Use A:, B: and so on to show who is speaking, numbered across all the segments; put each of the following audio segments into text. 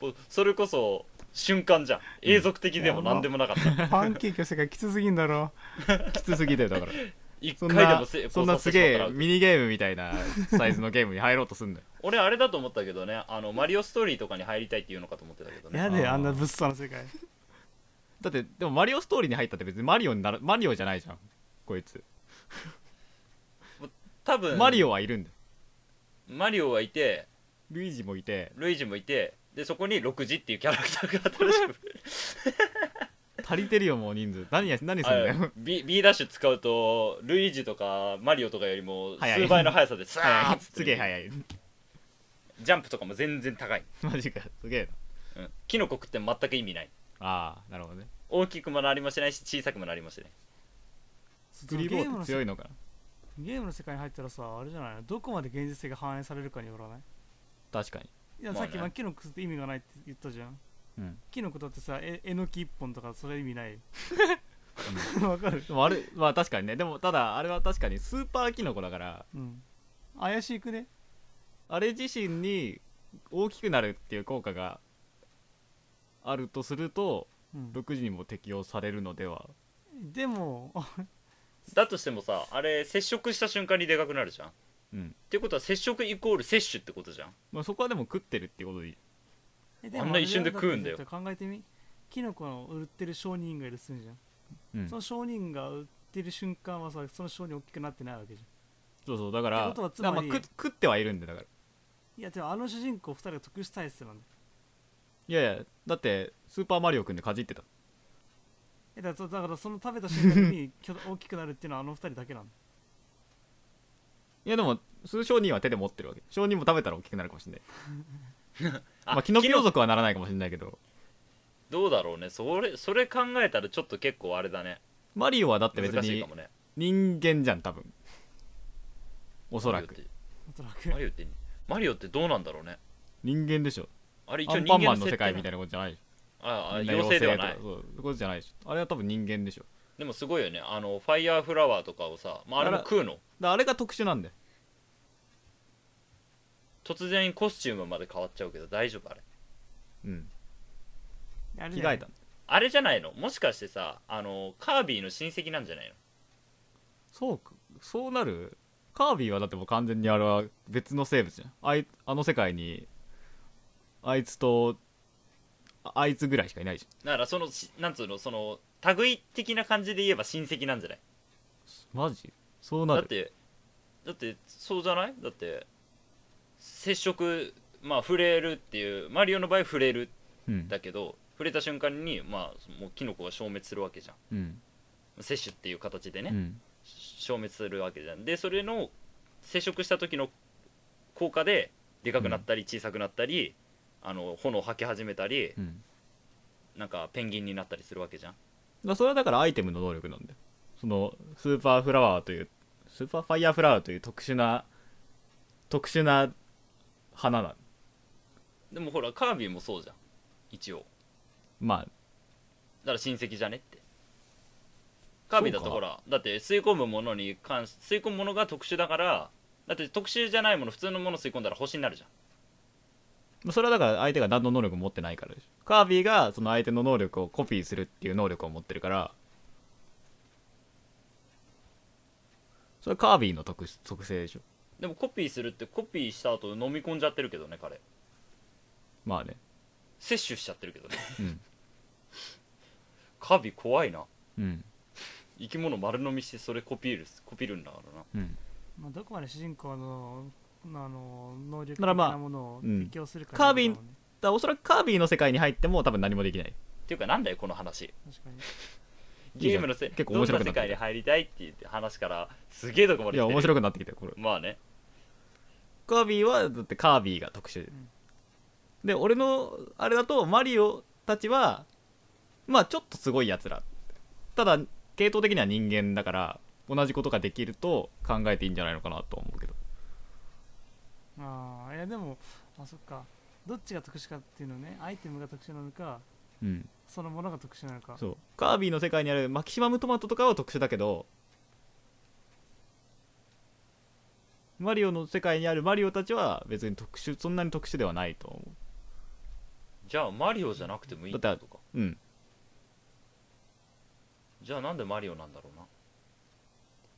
A: もうそれこそ瞬間じゃん永続的でも何でもなか った
B: パンケーキの世界きつすぎんだろ
C: きつすぎだよだ から
A: 一
C: そ
A: 回
C: ん
A: でも
C: な
A: せ
C: そ
A: 交
C: んな
A: 差
C: す
A: して
C: げ
A: しま
C: え
A: ったら
C: ミニゲームみたいなサイズのゲームに入ろうとす んだよ
A: 俺あれだと思ったけどねあのマリオストーリーとかに入りたいっていうのかと思ってたけどね
B: やであんな物騒な世界
C: だってでもマリオストーリーに入ったって別にマリオにならマリオじゃないじゃんこいつ
A: 多分
C: マリオはいるんだよ
A: マリオがいて
C: ルイージもいて
A: ルイージもいてでそこに6時っていうキャラクターが新し く
C: 足りてるよもう人数何や何すんだ
A: あ
C: よ
A: B, B ダッシュ使うとルイージとかマリオとかよりも
C: 早い
A: 数倍の速さでさー
C: 早
A: っ
C: い
A: つって
C: すげえ早い
A: ジャンプとかも全然高い、
C: マジかすげえ
A: うん、キノコ食っても全く意味ない
C: なああなるほどね
A: 大きくもなりもしないし小さくもなりもしない
C: グリーボーって強い
B: の
C: のかな
B: ゲームの世界に入ったらさあれじゃないのどこまで現実性が反映されるかによらない
C: 確かに
B: いや
A: まあ
B: さ
A: ね
B: っき、まあ、キノコって意味がないって言ったじゃん
C: うん
B: キノコだってさええのき一本とかそれ意味ない わかる
C: でもあれまあ確かにねでもただあれは確かにスーパーキノコだから
B: うん怪しいくね
C: あれ自身に大きくなるっていう効果があるとすると
B: うん
C: 6時にも適用されるのでは
B: でもあ
A: だとしてもさあれ接触した瞬間にでかくなるじゃんっ
C: うん
A: ていうことは接触イコール摂取ってことじゃん
C: まあ、そこはでも食ってるってことでいい
B: えでも
A: あんな一瞬で食うんだよ
B: あれ考えてみキノコの売ってる商人がいるとするじゃん、
C: うん
B: その商人が売ってる瞬間はさその商人大きくなってないわけじゃん
C: そうそうだから
B: ってことはつ
C: だ
B: ま
C: か
B: り
C: らまあ食食ってはいるんでだから
B: いやでもあの主人公2人が特殊体質なんだよ
C: いやいやだってスーパーマリオくんでかじってた
B: えだからだからその食べた瞬 間に巨大大きくなるっていうのはあの2人だけなんだ
C: いやでも通商人は手で持ってるわけ商人も食べたら大きくなるかもしれない
A: あ
C: まあキノピオ族はならないかもしれないけど
A: どうだろうねそれそれ考えたらちょっと結構あれだね
C: マリオはだって別
A: 難しい
C: に
A: かもね
C: 人間じゃん多分おそら
A: マ
C: く
A: リオって
B: おそら
A: マ
B: く
A: リオってマリオってどうなんだろうね
C: 人間でしょ
A: あれ一
C: ア
A: 応
C: ン
A: 人
C: パン
A: 間
C: マンの世界みたい
A: な
C: なことじゃない
A: ああ
C: みん
A: 妖精では
C: と
A: な
C: か
A: い
C: そうそういうことじゃないでしょあれは多分人間でしょだか
A: でもすごいよねあのファイヤーフラワーとかをさ、まあ、あれも食うの
C: らあれが特殊なんだよ
A: 突然コスチュームまで変わっちゃうけど大丈夫あれ
C: うん
B: あれ
C: 着
B: だ
C: 替
B: よね
C: えたんだ
A: あれじゃないのもしかしてさあのカービィの親戚なんじゃないの
C: そうかそうなるカービィはだってもう完全にあれは別の生物じゃんあいあの世界にあいつとああいつぐらいしかいないじゃん
A: だからそのしなんつうのその類的な感じで言えば親戚なんじゃない
C: マジそうな
A: だ
C: る
A: ってだってそうじゃないだって接触まあ触れるっていうマリオの場合触れる
C: うん
A: だけど触れた瞬間にまあもうキノコが消滅するわけじゃん
C: うん
A: 摂取っていう形でね、
C: うん
A: 消滅するわけじゃんでそれの接触した時の効果ででかくなったり小さくなったり、あの炎を吐き始めたり
C: うんだか
A: なんかペンギンになったりするわけじゃん
C: らそれはだからアイテムの能力なんだよそのスーパーフラワーというスーパーファイヤーフラワーという特殊な特殊な花なん
A: でもほらカービィもそうじゃん一応
C: まあ
A: だから親戚じゃねってカービィだ
C: そ
A: と
C: うか
A: ほらだって吸い込むものに関し吸い込むものが特殊だからだって特殊じゃないもの普通のもの吸い込んだら星になるじゃん
C: まあそれはだから相手が何の能力も持ってないからでしょカービィがその相手の能力をコピーするっていう能力を持ってるからそれはカービィの特殊特性でしょ
A: でもコピーするってコピーした後飲み込んじゃってるけどね彼
C: まあね
A: 摂取しちゃってるけどね
C: うん
A: カービィ怖いな
C: うん
A: 生き物丸飲みしてそれコピールすコピるんだからな
C: うん
B: まあ、どこまで主人公のあの能力的
C: ならまあ
B: なものを
C: うん
B: 適用するか
C: カー
B: に
C: ビ
B: よ
C: ィ
B: るだろうね、
C: だからおそらくカービィの世界に入っても多分何もできない
A: っていうかなんだよこの話
B: 確かに
C: いいじゃん
A: ゲームのせ
C: 結構面白く
A: ど
C: な
A: んな世
C: ってきた
A: 界に入りたいって言って話からすげえとこま
C: い
A: で来
C: や
A: てる
C: 面白くなってきたよこれ
A: まあね
C: カービィはだってカービィが特殊で
B: ん
C: で俺のあれだとマリオたちはまあちょっとすごいやつらただ系統的には人間だから同じことができると考えていいんじゃないのかなと思うけど
B: ああいやでもあそっかどっちが特殊かっていうのねアイテムが特殊なのか
C: うん
B: そのものが特殊なのか
C: そうカービィの世界にあるマキシマムトマトとかは特殊だけどマリオの世界にあるマリオたちは別に特殊そんなに特殊ではないと思う
A: じゃあマリオじゃなくてもいいってことか
C: うん
A: じゃあなんでマリオなんだろうな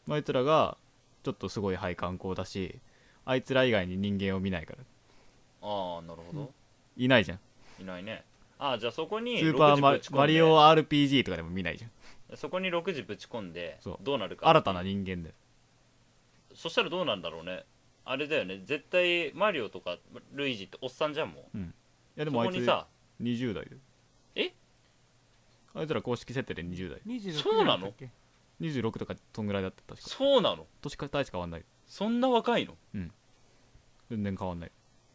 C: まああいつらがちょっとすごい配管工だしあいつら以外に人間を見ないから
A: ああなるほど、
C: いないじゃん
A: いないねああじゃあそこに
C: スーパーマ
A: 60ぶち込んで
C: マリオ RPG とかでも見ないじゃん
A: そこに6時ぶち込んで
C: そう
A: どうなるか
C: 新たな人間だよ
A: そしたらどうなんだろうねあれだよね絶対マリオとかルイージっておっさんじゃんも
C: いや
A: う
C: で
A: そ
C: もあ
A: こ
C: いつ
A: にさ
C: 20代だよ
A: え
C: あいつら公式設定で20代
B: 26
A: そうなの
B: だっけ
C: 26とかそんぐらいだった確か
A: そうなの
C: 年か大して変わんない
A: そんな若いの
C: 全然変わんない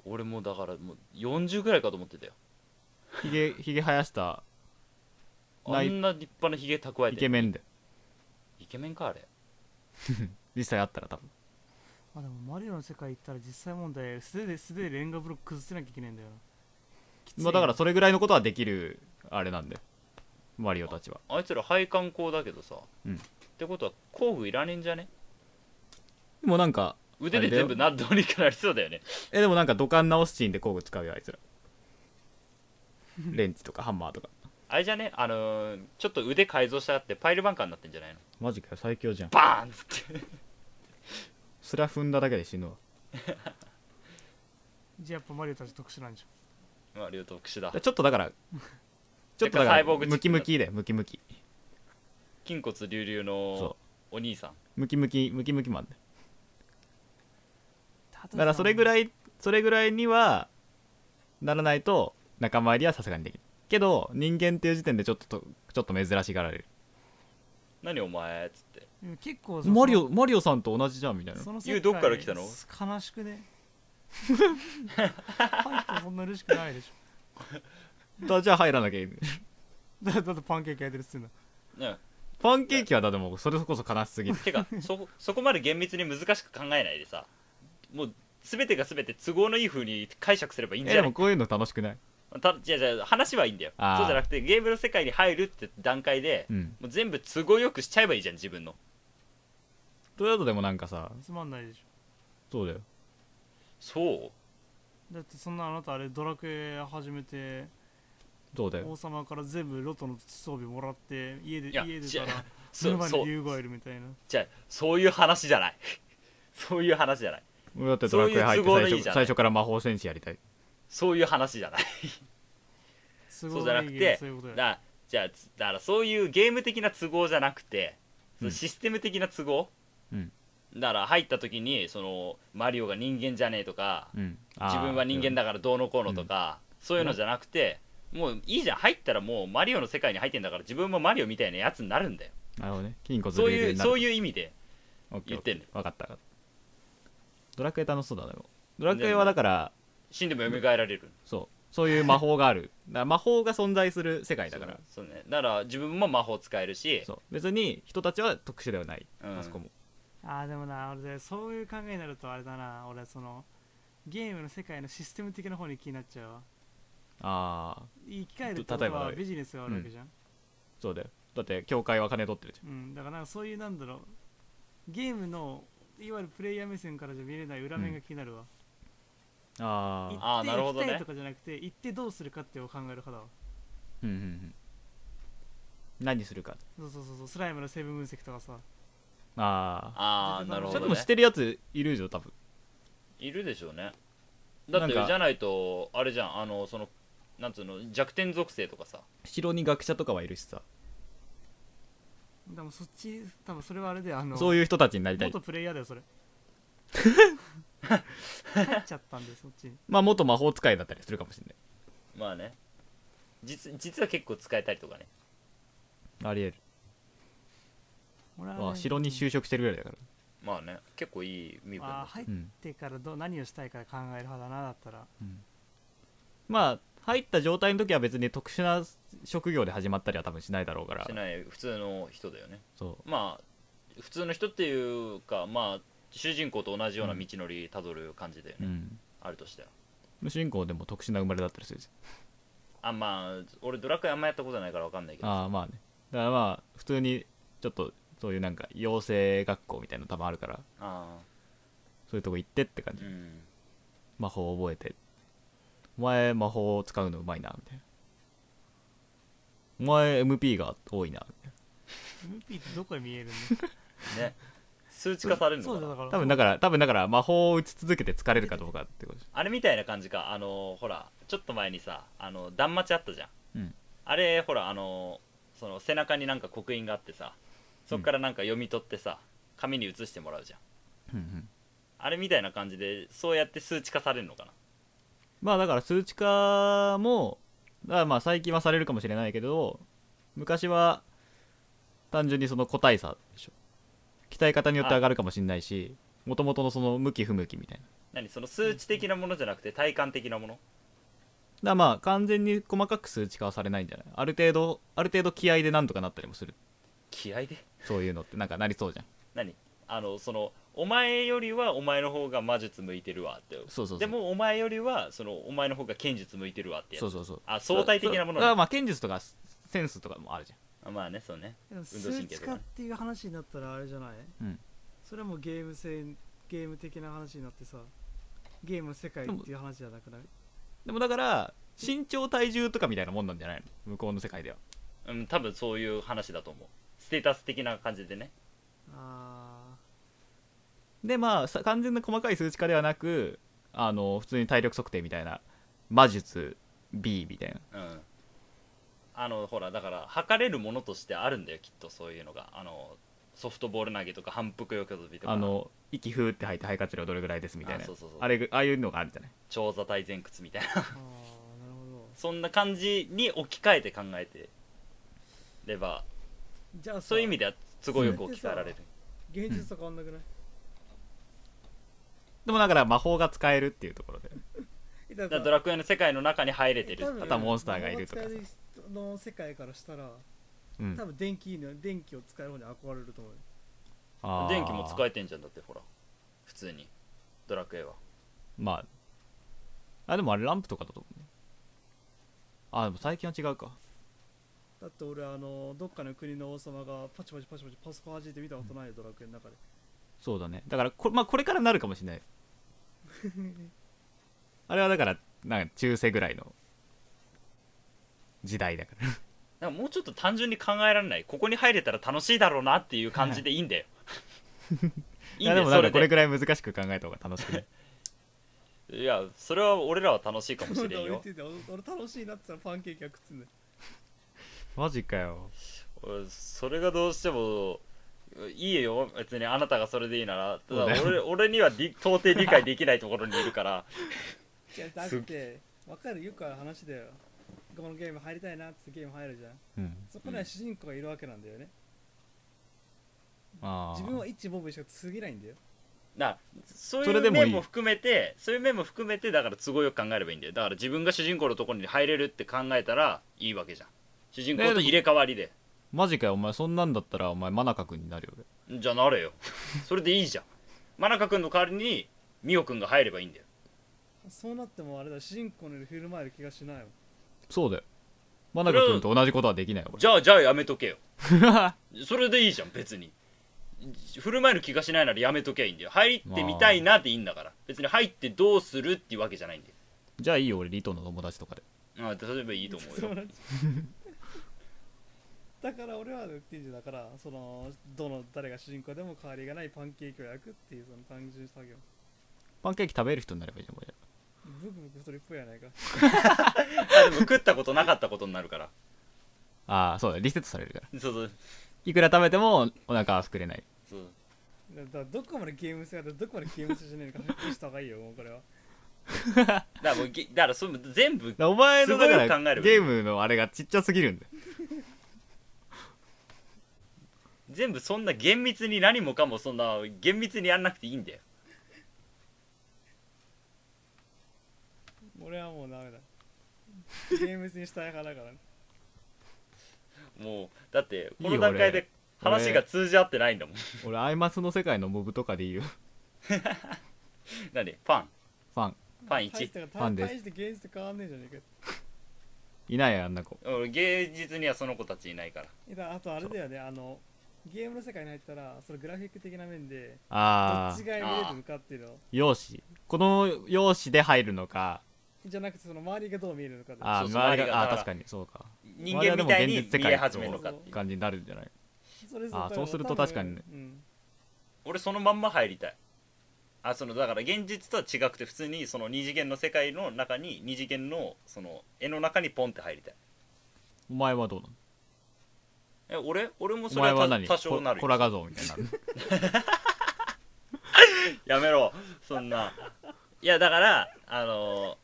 A: 俺もうだからもう40ぐらいかと思ってたよ
C: ひ げひげ生やした
A: あ
C: ない
A: んな立派なひげ蓄えて
C: イケメンで
A: イケメンかあれ
C: 実際あったら多分
B: あでもマリオの世界行ったら実際問題素手で素手でレンガブロック崩せなきゃいけないんだよなきつい
C: まあだからそれぐらいのことはできるあれなんだよマリオたちは
A: あいつら配管工だけどさ、
C: うん
A: ってことは工具いらねえんじゃね
C: でもなんか
A: 腕で全部などうにかなりそうだよね
C: えでもなんか土管直すシーンで工具使うよあいつらレンチとかハンマーとか
A: あれじゃねあのーちょっと腕改造したってパイルバンカーになってんじゃないの
C: マジかよ最強じゃん
A: バーンっつって
C: それは踏んだだけで死ぬわ
B: じゃあやっぱマリオたち特殊なんじ
A: マリオ特殊だ
C: ちょっとだからちょっとだ
A: サ
C: か
A: イボーグ
C: ら
A: チック
C: ムキムキでムキムキ
A: 筋骨隆々の
C: そ
A: お兄さん
C: うムキムキムキムキマンだよ
B: ゃん
C: だからそれぐ
B: い
C: らいそれぐらいにはならないと仲間入りはさすがにできるけど人間っていう時点でちょっととちょっと珍しがられる
A: 何お前っつって
B: 結構その
C: マリオマリオさんと同じじゃんみたいな
B: その
A: ユウどっから来たの
B: 悲しくねパンケーキそんな嬉しくないでし
C: だじゃあ入らなきゃいい
B: ょ だだってパンケーキ焼いてるっつうの
A: ね
C: パンケーキはだでもそれこそ悲しすぎる
A: て かそそこまで厳密に難しく考えないでさもう全てが全て都合のいい風に解釈すればいいん
C: え
A: じゃ
C: で
A: な
C: も
A: い
C: こういうの楽しくない
A: たじゃあじゃあ話はいいんだよ
C: あー
A: そうじゃなくてゲームの世界に入るって段階で、
C: うん
A: もう全部都合よくしちゃえばいいじゃん自分の
C: それだとでもなんかさ
B: つまんないでしょ
C: そうだよ
A: そう
B: だってそんなあなたあれドラクエ始めて
C: そうだよ
B: 王様から全部ロトの装備もらって家で
A: いや
B: 家出
A: じ
B: た
A: ゃ
B: ら
A: そ
B: 沼
A: うそ
B: に
A: う
B: 竜がいるみたいな
A: じゃあそういう話じゃないそういう話じゃない
C: 俺だってドラクエ入って
A: そういう都合
C: 最
A: の
C: 初
A: いいじゃん
C: 最初から魔法戦士やりたい
A: そういう話じゃない
B: そう
A: そうじゃなくて
B: そういうこと
A: だ
B: や
A: からじゃあつだからそういうゲーム的な都合じゃなくて、その
C: うん
A: システム的な都合、
C: うん
A: だから入った時にそのマリオが人間じゃねえとか、
C: うん
A: 自分は人間
C: だ
A: だからどうのこうのとか、そういうのじゃなくて、もういいじゃん入ったらもうマリオの世界に入ってんだから自分もマリオみたいなやつになるんだよ
C: なるほどね筋骨
A: そういうそう
C: いう
A: いう意味で言ってんの
C: 分かった分かったドラクエ楽しそうだねドラクエはだから
A: 死んでも蘇られる
C: そうそういう魔法がある だから魔法が存在する世界だから
A: そうねだから自分も魔法使えるし
C: そう別に人たちは特殊ではない、
A: うん
C: あそこも
B: あーでもな俺ねそういう考えになるとあれだな俺そのゲームの世界のシステム的な方に気になっちゃうわ
C: ああ
B: 生き返るってこと
C: 例えば
B: は
C: だよ
B: ビジネスがあるわけじゃん、
C: そうだよだって教会は金取ってるじ
B: うんだからなんかそういうなんだろうゲームのいわゆるプレイヤー目線からじゃ見れない裏面が気になるわ、
C: ゃんあ
B: 行
C: あ
A: あー
B: って
A: なるほ
B: 行
A: どね
B: きたいとかじゃなくて行ってどうするかってを考える派だわ
C: うんうんうん何するか
B: そうそうそうそうスライムの成分分析とかさ
C: あ
A: ああなる
C: あ
A: ほ
C: そ
A: ど、
C: れ
A: ね、
C: でもしてるやついるでしょ多分
A: いるでしょうねだって
C: なんか
A: じゃないとあれじゃんあのそのなんつうの弱点属性とかさ
C: 城に学者とかはいるしさ
B: でもそっち多分それはあれであの
C: そういう人たちになりたい
B: 元プレイヤーだよそれ入っちゃったんでそっちに
C: まあ元魔法使いだったりするかもしれない
A: まあね実実は結構使えたりとかね
C: ありえる
B: 俺はね
C: あ城に就職してるぐらいだから
A: まあね結構いい身分
B: あー
A: だ
B: 入っ
C: うん
B: てからどう何をしたいか考える派だなだったら
C: まあ入った状態の時は別に特殊な職業で始まったりは多分しないだろうから
A: してない普通の人だよね
C: そ
A: まあ普通の人っていうかまあ主人公と同じような道のりたどる感じだよ
C: う、う
A: ね、
C: ん、
A: あるとしては
C: 無主人公でも特殊な生まれだったりするし
A: あまあ俺ドラクエあんまやったことないからわかんないけど
C: ああまあねだからまあ普通にちょっとそういうなんか養成学校みたいなの多分あるから
A: あ
C: そういうとこ行ってって感
A: ー
C: じ
A: うん
C: 魔法を覚えてお前魔法使うのうまいなみたいなお前 MP が多いなみたい
B: MP ってどこで見えるの
A: ね数値化されるの
B: そう
A: か
B: だだ
A: な
B: から
C: な多分だから多分だから魔法を打ち続けて疲れるかどうかってことでしょ
A: あれみたいな感じかあのほらちょっと前にさあの断末あったじゃん、
C: うん
A: あれほらあのその背中になんか刻印があってさそっからなんか読み取ってさ紙に写してもらうじゃんあれみたいな感じでそうやって数値化されるのかな
C: まあだから数値化もだからまあ最近はされるかもしれないけど昔は単純にその個体差でしょ鍛え方によって上がるかもしれないしもともとのその向き不向きみたいなだか
A: 何その数値的なものじゃなくて体感的なもの
C: らまあ完全に細かく数値化はされないんじゃないある程度ある程度気合でなんとかなったりもする
A: 気合で
C: そういうのってなんかなりそうじゃん
A: 何あのそのお前よりはお前の方が魔術向いてるわって
C: そうそうそう
A: でもお前よりはそのお前の方が剣術向いてるわってやつ
C: そうそうそう
A: あ相対的なもの
C: だから
A: ね
C: まあ剣術とかセンスとかもあるじ
A: あまあねそうね
B: でも
A: 運動神
B: 数
A: 経
B: 値
A: とかね
B: 化っていう話になったらあれじゃない、
C: うん
B: それはもうゲーム性ゲーム的な話になってさゲームの世界っていう話じゃなくない
C: ゃんでもだから身長体重とかみたいなもんなんじゃないの向こうの世界では
A: うん多分そういう話だと思うステータス的な感じでね
B: あ
C: でまあさ完全な細かい数値化ではなくあの普通に体力測定みたいな魔術 B みたいな
A: うんあのほらだから測れるものとしてあるんだよきっとそういうのがあのソフトボール投げとか反復横跳びとか
C: あの息ふーって吐いて肺活量どれぐらいですみたいな
A: あそうそうそう
C: あれぐああいうのがあるんじゃない
A: 長座体前屈みたいな
B: ーあーなるほど
A: そんな感じに置き換えて考えてれば
B: じゃあさ
A: そういう意味では都合よく置き換えられる
B: 現実と変わんなくない、
C: でもだから魔法が使えるっていうところで
B: えだ
A: だ
B: か
A: から
B: ら
A: ドラクエの世界の中に入れてる
B: 多分
C: あとはモンスターがいるとかさ
B: 魔法を使える人の世界からしたら
C: うん
B: 多分電気の電気を使える方に憧れると思うよ
C: あー
A: 電気も使えてんじゃんだってほら普通にドラクエは
C: まああでもあれランプとかだと思うねあでも最近は違うか
B: だって俺あのどっかの国の王様がパチパチパチパチパソコン弾いて見たことないよ、ドラクエの中で
C: そうだねだからこ,、まあ、これからなるかもし れないあれはだからなんか中世ぐらいの時代だから
A: なんかもうちょっと単純に考えられないここに入れたら楽しいだろうなっていう感じでいいん だよいいん
C: いや
A: だ
C: で
A: よ
C: もな
A: そ
C: んか
A: れ
C: これ
A: で
C: ぐらい難しく考えた方が楽しくない
A: いやそれは俺らは楽しいかもし れん
B: 俺言っ
A: よ
B: てて俺 俺楽しいなって言ったらパンケーキが食ってんだよ
C: マジかよ
A: 俺それがどうしてもいいよ別にあなたがそれでいいならただ
C: そうだよ
A: 俺俺にはり到底理解できないところにいるから
B: いやだってわかるよくある話だよこのゲーム入りたいなっつってゲーム入るじゃん
C: うん
B: そこには主人公がいるわけなんだよね、
C: ああ
B: 自分は一ボブしか過ぎないんだよ
A: なそう
C: そ
A: い
C: れ
A: う
C: でもいい
A: 面も含めてそういう面も含めてだから都合よく考えればいいんだよだから自分が主人公のところに入れるって考えたらいいわけじゃん主人公と入れ替わりで
C: マジかよお前そんなんだったらお前真中君になるよ俺
A: じゃあなれよ それでいいじゃん真中君の代わりに美桜君が入ればいいんだよ
B: そうなってもあれだ主人公のより振る舞える気がしないもん
C: そうだよ真中君と同じことはできないよ俺
A: じゃあじゃあやめとけよそれでいいじゃん別に振る舞いの気がしないならやめとけばいいんだよ入ってみたいなっていいんだから別に入ってどうするっていうわけじゃないんだよ
C: じゃあいいよ俺リトの友達とかで
A: ああ例えばいいと思う
B: そう
A: よ
B: なんですだから俺は言ってんじゃんだからそのどの誰が主人公でも変わりがないパンケーキを焼くっていうその単純作業
C: パンケーキ食べる人になればいいじゃん俺
B: ブクブク太りっぽいやないか
A: あでも食ったことなかったことになるから
C: ああそうだリセットされるから
A: そうそう
C: いくら食べてもお腹は膨れない
A: そう
B: だからどこまでゲーム性がどこまでゲーム性じゃないのか発揮した方がいいよもうこれは
A: だからもうぎだからその全部
C: だからお前のだか
A: すごい考え
C: ら
A: る
C: ゲームのあれがちっちゃすぎるんだよ
A: 全部そんな厳密に何もかもそんな厳密にやんなくていいんだよ
B: 俺はもうダメだゲーム性にしたい派だからね
A: もうだってこ
C: いい
A: の
C: よ
A: 段階
C: 俺
A: で話が通じ合ってないんだもん
C: 俺アイマスの世界のモブとかで いいよ
A: 何パン
C: ファン
A: パン
B: 大し
A: 1
C: フ
B: て
C: ァンです
B: 大して現実と変わんねえじゃねえか
C: いないよあんな子
A: 俺芸術にはその子たちいないから
B: えだあとあれだよねあのゲームの世界に入ったらそのグラフィック的な面でど
C: あ
B: っち
C: あ
B: が見れるのかっていうのを
C: 容姿この容姿で入るのか
B: じゃなくてその周りがどう見えるのかで
C: あ
A: そう
C: ー
A: そう
C: 周
A: 周
C: り
A: り
C: が
A: が
C: あ
A: だ
C: ー
A: から
C: 確かにそうか
A: 人間みたいに見え始めるのかっていう
C: 感じになるんじゃない
B: それぞれ
C: あーそうすると
B: 多
C: 確
B: 分
C: かにね
B: うん
A: 俺そのまんま入りたいあそのだから現実とは違くて普通にその二次元の世界の中に二次元のその絵の中にポンって入りたい
C: お前はどうなの
A: え俺俺も
C: お
A: それ
C: 前は
A: は
C: 何
A: 多多少なる
C: コ
A: よ
C: ラ画像みたいになる
A: やめろそんないやだからあの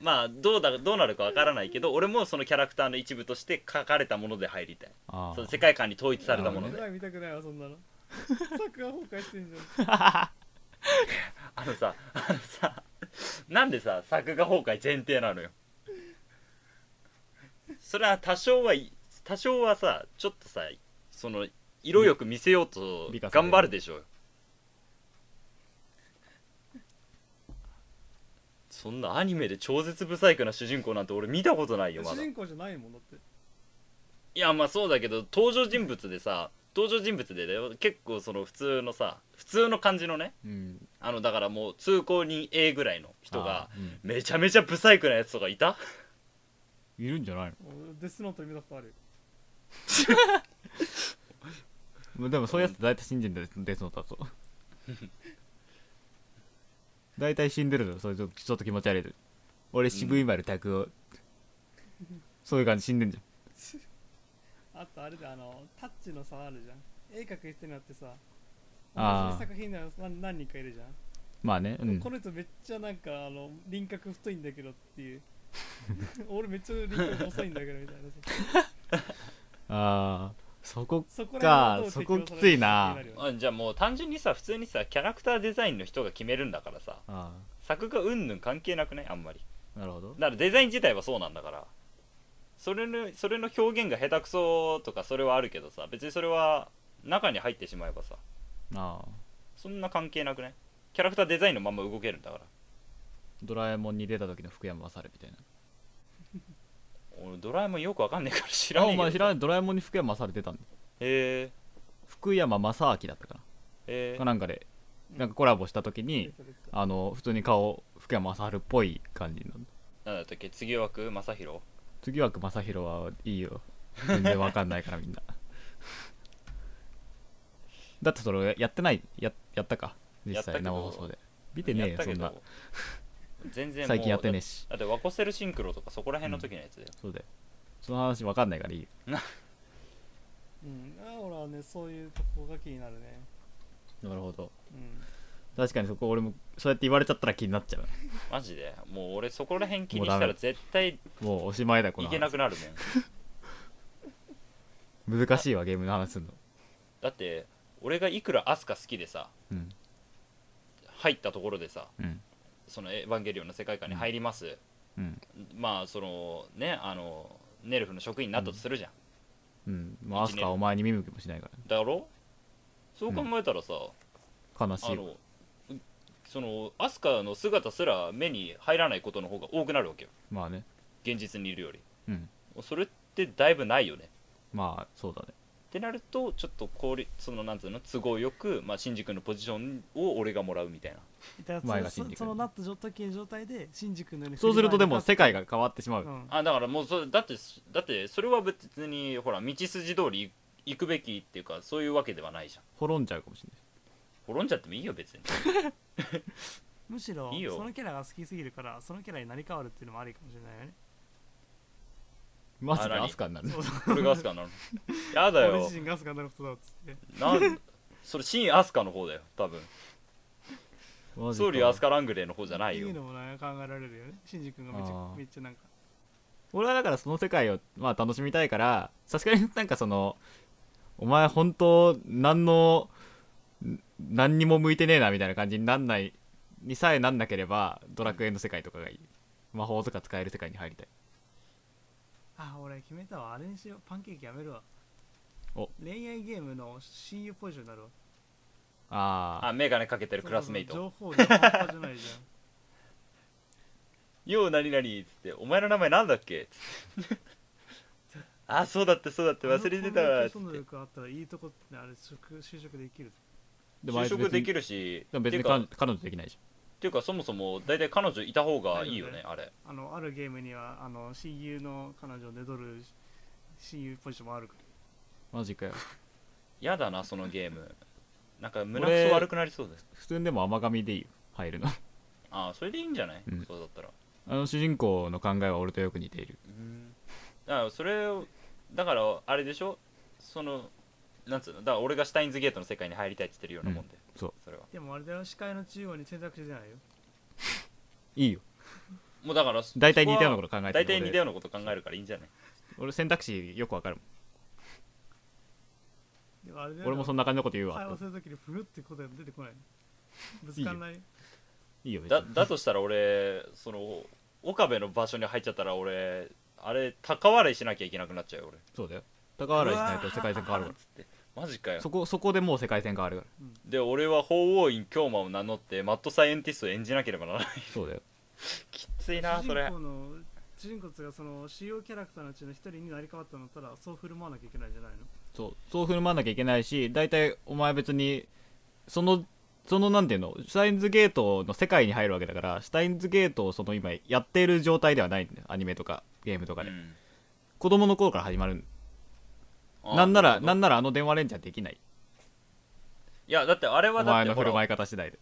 A: まあどうだどうなるかわからないけど俺もそのキャラクターの一部として書かれたもので入りたい
C: あ
A: その
C: ー
A: 世界観に統一されたも
C: な
A: の
C: る
A: で、
B: 見たくないわそ んなの作画崩壊してんじゃん
A: あのさあのさなんでさ作画崩壊前提なのよそれは多少はい多少はさちょっとさその色よく見せようと
C: 美化される
A: 頑張るでしょうよそんなアニメで超絶不細工な主人公なんて俺見たことないよま
B: 主
A: だい
B: 人公じゃないもんだって
A: やまあそうだけど登場人物でさ登場人物でだよ結構その普通のさ普通の感じのね
C: うん
A: あのだからもう通行人 A ぐらいの人が
C: あーうん
A: めちゃめちゃブサイクなやつとかいた
C: いるんじゃない
B: 俺デスノートで見たことあるよ
C: のでもそういうやつ大体死んでんだよデスノートだと大体死んでるのそれちょっとちょっと気持ち悪いで俺渋い丸拓夫、そういう感じ死んでんじゃん
B: あとあれであのタッチの差あるじゃん絵描く人になってさ
C: あー
B: 同じ作品なの何何人かいるじゃん、
C: まあねうん
B: この人めっちゃなんかあの輪郭太いんだけどっていう 俺めっちゃ輪郭細いんだけどみたいなさ
C: ああそこ
B: そこ
C: か
B: ら辺
C: そ
B: をど
C: こ
B: う適用
C: き
B: され
C: つい
B: るか
C: な
B: 気にるよね
A: あじゃあもう単純にさ普通にさキャラクターデザインの人が決めるんだからさ
C: あ
A: 作画うんぬん関係なくないあんまり
C: あなるほど
A: だからデザイン自体はそうなんだからそれのそれの表現が下手くそとかそれはあるけどさ別にそれは中に入ってしまえばさ
C: ああ
A: そんな関係なくないキャラクターデザインのまま動けるんだから
C: ドラえもんに出た時の福山雅治みたいな
A: 俺ドラえもんよくわかんねえから知ら
C: あ
A: ねえ
C: お
A: けど
C: 前
A: さ
C: 知らないドラえもんに福山雅治出たんだ
A: へえ
C: 福山雅明だったか
A: え
C: な
A: ー
C: かなんかでなんかコラボした時に
B: それそれ
C: あの普通に顔福山雅治っぽい感じになる
A: なんだったっけ次枠正宏
C: 次枠正宏はいいよ全然わかんないからみ んなだってそれやってないややったか実
A: やったけ
C: 際
A: ど
C: 生放送で見てねえ
A: やっ
C: よ
A: た
C: そ
A: け
C: んな
A: ど全然もう
C: 最近やってねえし
A: だってワコセルシンクロとかそこら辺の時のやつだよ、
C: そうだよその話わかんないからいいよ
B: うんあー俺はねそういうとこが気になるね
C: なるほど
B: うん
C: 確かにそこ俺もそうやって言われちゃったら気になっちゃう
A: マジでもう俺そこら辺気にし
C: もうダ
A: た
C: メ
A: ら絶対
C: もうおしまいだこ
A: い
C: の
A: けな
C: 話
A: くなるもん
C: 難しいわゲームの話すんの
A: だって俺がいくらアスカ好きでさ
C: うん
A: 入ったところでさ
C: うん
A: そのエヴァンゲリオンの世界観に入ります、
C: うん
A: まあそのねあのネルフの職員になったとするじゃん、
C: うんまあアスカはお前に見向きもしないから
A: だろそう考えたらさ、
C: 悲し
A: あ
C: いわ
A: のうそのアスカの姿すら目に入らないことの方が多くなるわけよ
C: まあね
A: 現実にいるより
C: うん
A: それってだいぶないよね
C: まあそうだね
A: ってなるとちょっと効率そのなんつうの都合よく、まあ、新宿のポジションを俺がもらうみたいな
B: だか
C: 前
B: ら
C: が
B: そ
C: 新
B: の
C: 宿
B: そのなった時の状態で新宿のように
C: そうするとでも世界
B: が、
C: が変わってしま
B: う、
C: うん
A: あだからもうそれだってだってそれは別にほら道筋通り行くべきっていうかそういうわけではないじゃん
C: 滅んじゃうかもしれない
A: 滅んじゃってもいいよ別に
B: むしろ
A: いいよ
B: そのキャラが好きすぎるからそのキャラになり変わるっていうのもありかもしれない よね
C: マジ
A: あ
C: で
A: 何
C: アスカになる
B: そうそう
A: これがアスカ なのやだ
B: 俺
A: よ
B: 自身ガスがなることだっつって
A: なんそれ新アスカの方だよ多分
C: マジか
A: 総理アスカラングレーの方じゃない
B: っ
A: よ
B: ていうのもなんか考えられるよねシンジ君がめっち
C: あ
B: ゃ
C: ー
B: めっちゃなんか
C: 俺はだからその世界をまあ楽しみたいからさすがになんかそのお前本当何のん何にも向いてねえなみたいな感じになんないにさえなんなければドラクエの世界とかがいい魔法とか使える世界に入りたい
B: あ俺決めたわあれにしようパンケーキやめるわ
C: お
B: 恋愛ゲームの親友ポジションになるわ
C: あ
A: あ眼鏡かけてるクラスメイ
B: そ
A: ト
B: うそう情報情報じゃないじ
A: 「よう何々」っつって「お前の名前なんだっけ?」っつ って「あそうだってそうだって
B: ゃん
A: 忘れてたわ」っつ
B: その
A: って
B: 力あったらいいとこってあれ就職就職できる
C: でもあ
A: 就
C: いつ
A: 職
C: 別に
A: できるし
C: でも別
A: て
C: に
A: か
C: 彼彼女できないじ
A: ていうかそもそも大体彼女いた方がいいよね
B: 大
A: あれ
B: あのあるゲームにはあの親友の彼女でドル親友ポジションもあるか
C: マジかよ
A: やだなそのゲームなんか胸
C: 俺
A: くそ悪くなりそうです
C: 普通にでも甘髪でいいよ入るの
A: ああそれでいいんじゃない、
C: うん
A: そうだったら
C: あの主人公の考えは俺とよく似ている
A: うんだからそれをだからあれでしょそのなんつうのだから俺がシュタインズゲートの世界に入りたいって言ってるようなもんで、
C: うんそう
A: それは
B: らでもあれだよ司会の中央に選択肢出ないよ
C: いいよ
A: もうだから
C: 大体似たようなこと考えてる
A: 大体似た
C: よ
A: ようなこと考えるからいいんじゃない
C: 俺選択肢よくわかるも
B: でもあれだ
C: ん俺もそんな感じのこと言う
B: 会
C: わ
B: 話するときにふるって答え出てこないぶつかんない
C: いいよ別
A: だ
C: に
A: だとしたら俺その岡部の場所に入っちゃったら俺あれ高笑いしなきゃいけなくなっちゃうよ俺
C: そうだよ高笑いしないと世界線変わるか
A: つってマジかよ
C: らそこそこでもう世界線変わるから
A: で俺は法王院京馬を名乗ってマッドサイエンティストを演じなければならない
C: そうだよ
A: きついな
B: 主
A: それ
B: 人公の主人公っていうかその主要キャラクターのうちの一人になり変わったのだったらそう振る舞わなきゃいけないんじゃないの
C: そうそう振る舞わなきゃいけないし大体お前別にそのそのなんていうのシュタインズゲートの世界に入るわけだからシュタインズゲートをその今やっている状態ではないんだよアニメとかゲームとかで、
A: うん
C: 子供の頃から始まるん
A: あー
C: なんな
A: る
C: ら
A: ほど
C: なんならあの電話レンジャーできない
A: いやだってあれ
C: お
A: はだっ
C: 前
A: て
C: の
A: ほ
C: 振る
A: ら
C: 舞い方次第で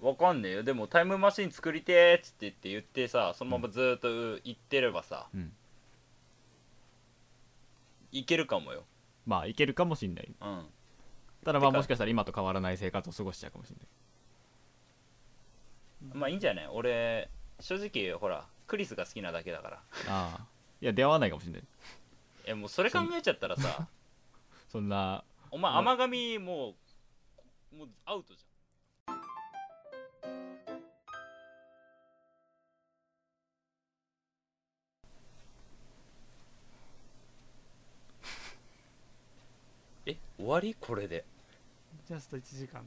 A: わかんねえよでもタイムマシン作りてーっつって言って言ってさそのままずーっとう言ってればさ、
C: うん
A: いけるかもよ
C: まあいけるかもしんない
A: うん
C: ただまあ
A: てか
C: もしかしたら今と変わらない生活を過ごしちゃうかもしんない
A: まあいいんじゃない俺正直ほらクリスが好きなだけだから
C: ああいや出会わないかもしんない
A: えもうそれ考えちゃったらさ
C: そんな
A: お前
C: うん
A: 甘髪もうもうアウトじゃ んえ終わりこれで
B: ジャスト1時間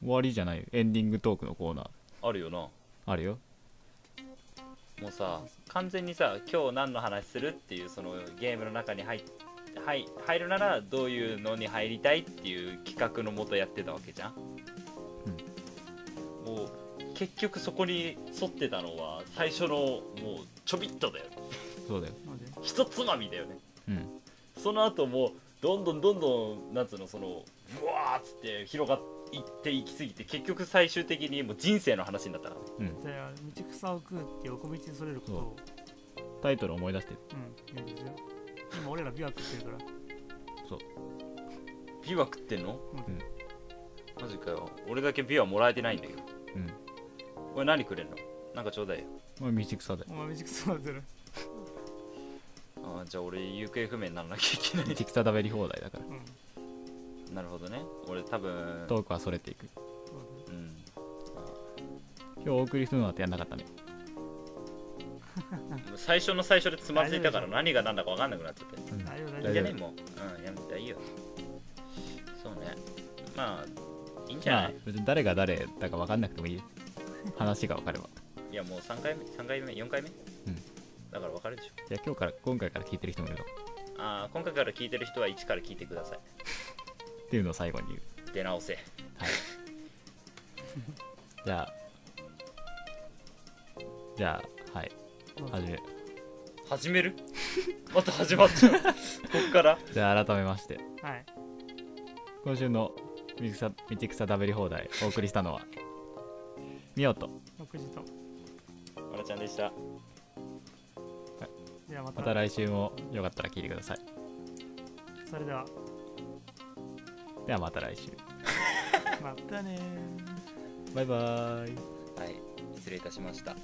C: 終わりじゃないエンディングトークのコーナー
A: あるよな
C: あるよ
A: もうさ完全にさ今日何の話するっていうそのゲームの中に入っ入入るならどういうのに入りたいっていう企画のもとやってたわけじゃん、もう結局そこに沿ってたのは最初のもうちょびっとだよね
C: そうだよ
B: ので
A: ひとつまみだよね
C: うん
A: その後もうどんどんどんどんなんつうのそのうわーっつって広がっていっていきすぎて結局最終的にもう人生の話になったな
C: うん
B: じゃあ道草を食うって横道にそれることを
C: タイトル思い出して
B: うんいいんですよ今俺ら琵琶湖行ってるから
A: ビワ食ってんの
B: うん
A: マジかよ俺だけビワもらえてないんだけど
C: うん
A: これ何くれんのなんかちょうだいよ
C: まあ道草だよ
B: お前道草なんてる
A: あーじゃあ俺行方不明にならなきゃいけな
C: 道
A: い
C: 草食べり放題だから
B: うん
A: なるほどね俺多分
C: トークはそれていく
B: そうだね
A: うん
C: 今日お送りするのはやんなかったね
A: 最初の最初でつまずいたから
B: 大丈夫
A: 何が何だか分かんなくなっちゃって
C: うん
B: 大丈夫大
A: いいんじゃ
B: 丈夫
A: ねもううんやめたらいいよそうねまあいいんじゃない、
C: 別に誰が誰だか分かんなくてもいいよ話が分かれば
A: いやもう3回目3回目4回目、だから分かるでしょ
C: じゃあ今日から今回から聞いてる人もいるのっ
A: ああ今回から聞いてる人は1から聞いてください
C: ていうのを最後に言う
A: 出直せ
C: じゃあじゃあはい
B: うん
C: 始め
A: 始める また始まっちゃうこっから
C: じゃあ改めまして
B: はい
C: 今週の道草道草食べり放題お送りしたのはみよと
B: 6時と
A: まらちゃんでした
B: ではま
C: ま
B: た
C: た来週もよかったら聞いてください
B: それでは
C: ではまた来週
B: またねー
C: バイバーイ
A: はい失礼いたしました